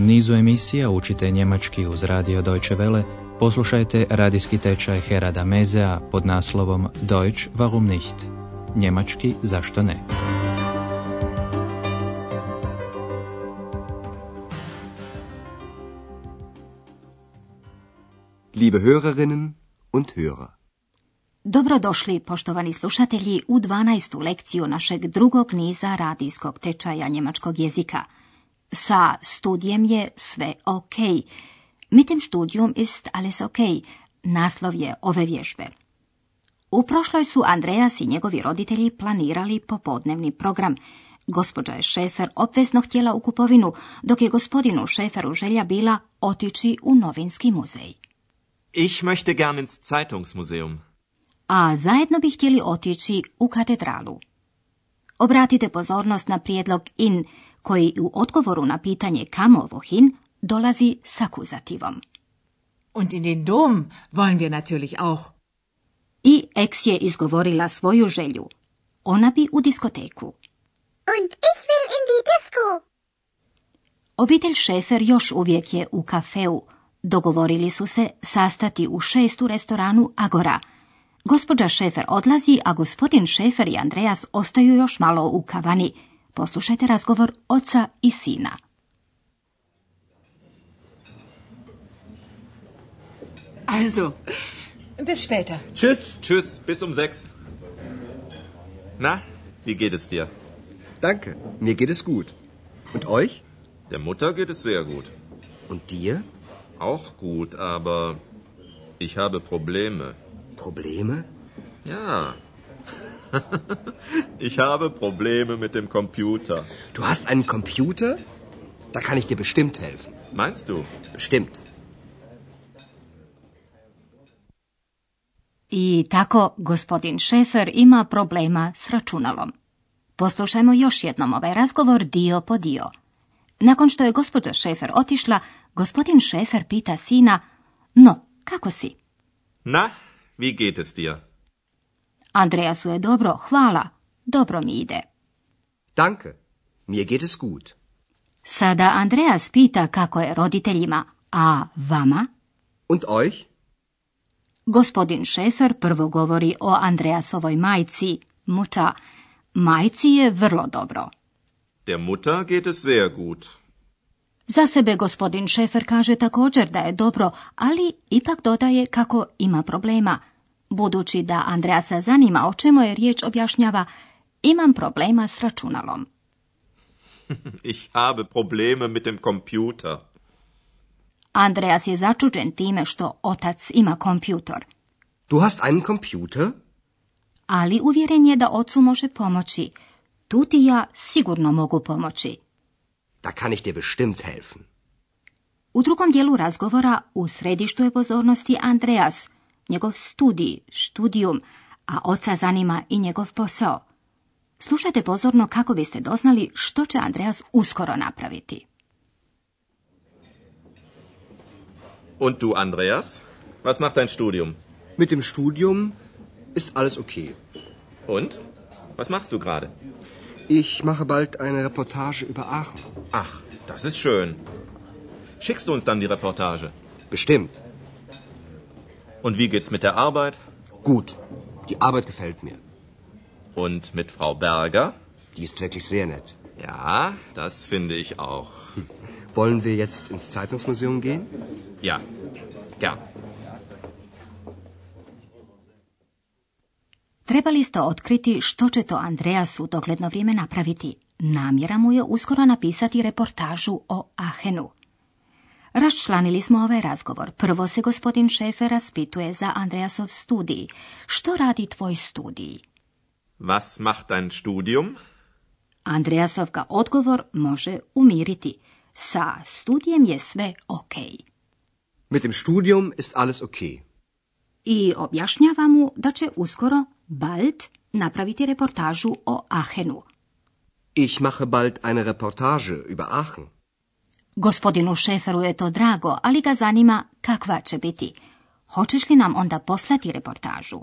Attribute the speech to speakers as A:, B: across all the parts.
A: nizu emisija učite njemački uz radio Deutsche Welle, poslušajte radijski tečaj Herada Mezea pod naslovom Deutsch warum nicht? Njemački zašto ne?
B: Liebe Hörerinnen und Hörer,
C: Dobrodošli, poštovani slušatelji, u 12. lekciju našeg drugog niza radijskog tečaja njemačkog jezika. Sa studijem je sve ok. Mit dem Studium ist alles ok. Naslov je ove vježbe. U prošloj su Andreas i njegovi roditelji planirali popodnevni program. Gospođa je Šefer obvezno htjela u kupovinu, dok je gospodinu Šeferu želja bila otići u novinski muzej.
D: Ich möchte gern ins Zeitungsmuseum.
C: a zajedno bi htjeli otići u katedralu. Obratite pozornost na prijedlog in, koji u odgovoru na pitanje kamo vohin dolazi s akuzativom.
E: Und in den Dom wollen wir natürlich auch.
C: I Eks je izgovorila svoju želju. Ona bi u diskoteku.
F: Und ich will in die Disco.
C: Obitelj Šefer još uvijek je u kafeu. Dogovorili su se sastati u šestu restoranu Agora. Gospođa Šefer odlazi, a gospodin Šefer i Andreas ostaju još malo u kavani. Poslušajte razgovor oca i sina.
E: Also, bis später.
D: Tschüss. Tschüss, bis um sechs. Na, wie geht es dir?
B: danke, mir geht es gut. Und euch?
D: Der Mutter geht es sehr gut.
B: Und dir?
D: Auch gut, aber ich habe Probleme.
B: Probleme?
D: Ja. ich habe Probleme mit dem Computer.
B: Du hast einen Computer? Da kann ich dir bestimmt helfen.
D: Meinst du?
B: Bestimmt.
C: I tako gospodin Šefer ima problema s računalom. Poslušajmo još jednom ovaj razgovor dio po dio. Nakon što je gospođa Šefer otišla, gospodin Šefer pita sina, no, kako si?
D: Na, wie geht es dir?
C: Andreasu je dobro, hvala, dobro mi ide.
B: Danke, mir geht es gut.
C: Sada Andreas pita kako je roditeljima, a vama?
B: Und euch?
C: Gospodin Šefer prvo govori o Andreasovoj majci, muča. Majci je vrlo dobro.
D: Der Mutter geht es sehr gut.
C: Za sebe gospodin Šefer kaže također da je dobro, ali ipak dodaje kako ima problema. Budući da Andreasa zanima o čemu je riječ objašnjava, imam problema s računalom.
D: Ich habe Probleme mit dem Computer.
C: Andreas je začuđen time što otac ima kompjutor,
B: Du hast einen Computer?
C: ali uvjeren je da ocu može pomoći. Tu ti ja sigurno mogu pomoći.
B: Da kann ich dir bestimmt helfen.
C: U drugom dijelu razgovora u središtu je pozornosti Andreas, njegov studij, študijum, a oca zanima i njegov posao. Slušajte pozorno kako biste doznali što će Andreas uskoro napraviti.
D: Und du, Andreas? Was macht dein Studium?
B: Mit dem Studium ist alles okay.
D: Und? Was machst du gerade?
B: Ich mache bald eine Reportage über Aachen.
D: Ach, das ist schön. Schickst du uns dann die Reportage?
B: Bestimmt.
D: Und wie geht's mit der Arbeit?
B: Gut. Die Arbeit gefällt mir.
D: Und mit Frau Berger?
B: Die ist wirklich sehr nett.
D: Ja, das finde ich auch.
B: Wollen wir jetzt ins Zeitungsmuseum gehen?
D: Ja, gern.
C: Trebali ste otkriti što će to Andreas u dogledno vrijeme napraviti. Namjera mu je uskoro napisati reportažu o Ahenu. Raščlanili smo ovaj razgovor. Prvo se gospodin Šefer raspituje za Andreasov studij. Što radi tvoj studij?
D: Was macht dein Studium?
C: Andreasov ga odgovor može umiriti. Sa studijem je sve ok.
B: Mit dem Studium ist alles okay.
C: I objašnjava mu da će uskoro, bald, napraviti reportažu o Ahenu.
B: Ich mache bald eine Reportage über Aachen.
C: Gospodinu Šeferu je to drago, ali ga zanima kakva će biti. Hoćeš li nam onda poslati reportažu?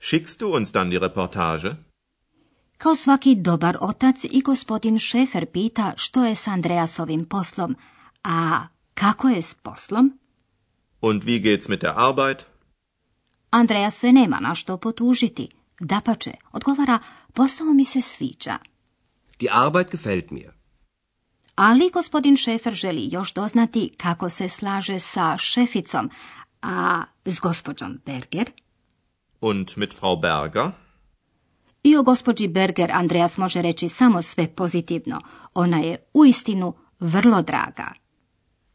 D: Schickst du uns dann die Reportage?
C: Kao svaki dobar otac i gospodin Šefer pita što je s Andreasovim poslom, A kako je s poslom?
D: Und wie geht's mit der Arbeit?
C: Andreja se nema na što potužiti. Dapače, odgovara, posao mi se sviđa.
B: Die Arbeit gefällt mir.
C: Ali gospodin Šefer želi još doznati kako se slaže sa šeficom, a s gospođom Berger.
D: Und mit Frau Berger?
C: I o gospođi Berger Andreas može reći samo sve pozitivno. Ona je uistinu vrlo draga.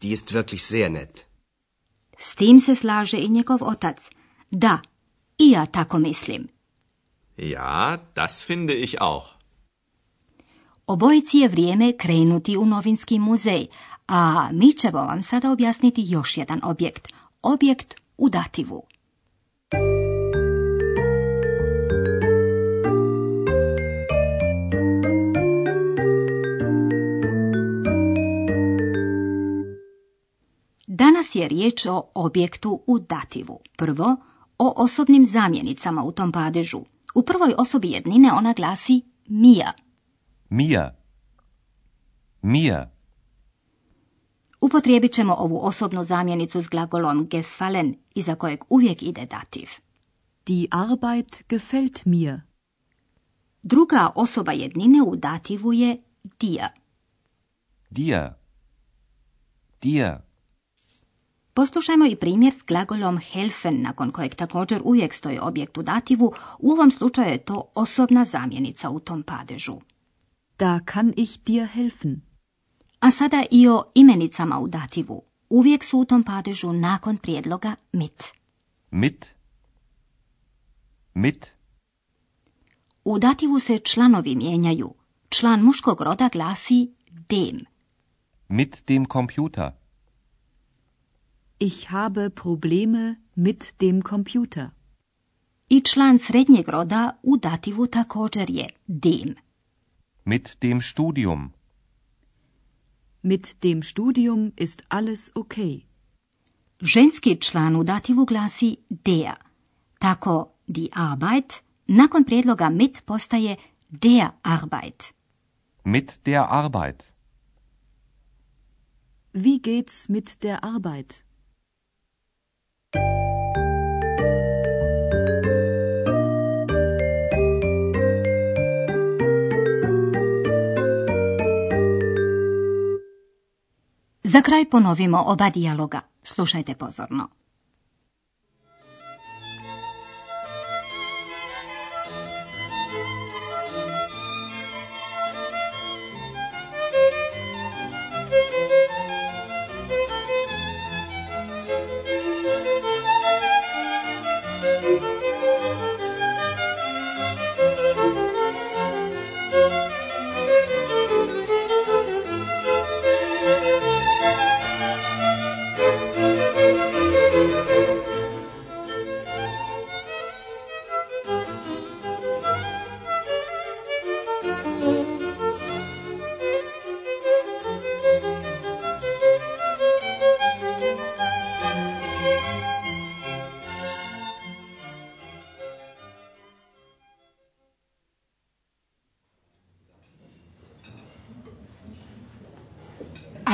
B: Die ist wirklich sehr nett.
C: S tim se slaže i njegov otac. Da, i ja tako mislim.
D: Ja, das finde ich auch.
C: Obojici je vrijeme krenuti u novinski muzej, a mi ćemo vam sada objasniti još jedan objekt. Objekt u dativu. Danas je riječ o objektu u dativu. Prvo, o osobnim zamjenicama u tom padežu. U prvoj osobi jednine ona glasi mija.
G: Mir. Mir.
C: Upotrijebit ćemo ovu osobnu zamjenicu s glagolom gefallen, iza kojeg uvijek ide dativ.
H: Die Arbeit gefällt mir.
C: Druga osoba jednine u dativu je dia.
G: Dir. Dir.
C: Poslušajmo i primjer s glagolom helfen, nakon kojeg također uvijek stoji objekt u dativu, u ovom slučaju je to osobna zamjenica u tom padežu.
H: Da kann ich dir helfen.
C: A sada i o imenicama u dativu. Uvijek su u tom padežu nakon prijedloga mit.
G: Mit. Mit.
C: U dativu se članovi mijenjaju. Član muškog roda glasi dem.
G: Mit dem Computer.
H: Ich habe Probleme mit dem Computer.
C: I član srednjeg roda u dativu također je dem.
G: Mit dem Studium.
H: Mit dem Studium ist alles okay.
C: Ženski član u dativu glasi der. Tako die Arbeit nakon prijedloga mit postaje der Arbeit.
G: Mit der Arbeit.
H: Wie geht's mit der Arbeit?
C: Za kraj ponovimo oba dijaloga. Slušajte pozorno.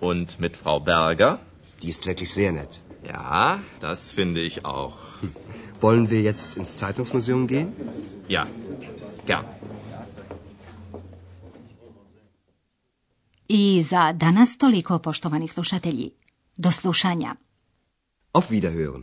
D: Und mit Frau Berger?
B: Die ist wirklich sehr nett.
D: Ja, das finde ich auch.
B: Wollen wir jetzt ins Zeitungsmuseum gehen?
D: Ja, gern.
C: I za danas toliko, poštovani slušatelji. Do slušanja.
B: Auf Wiederhören.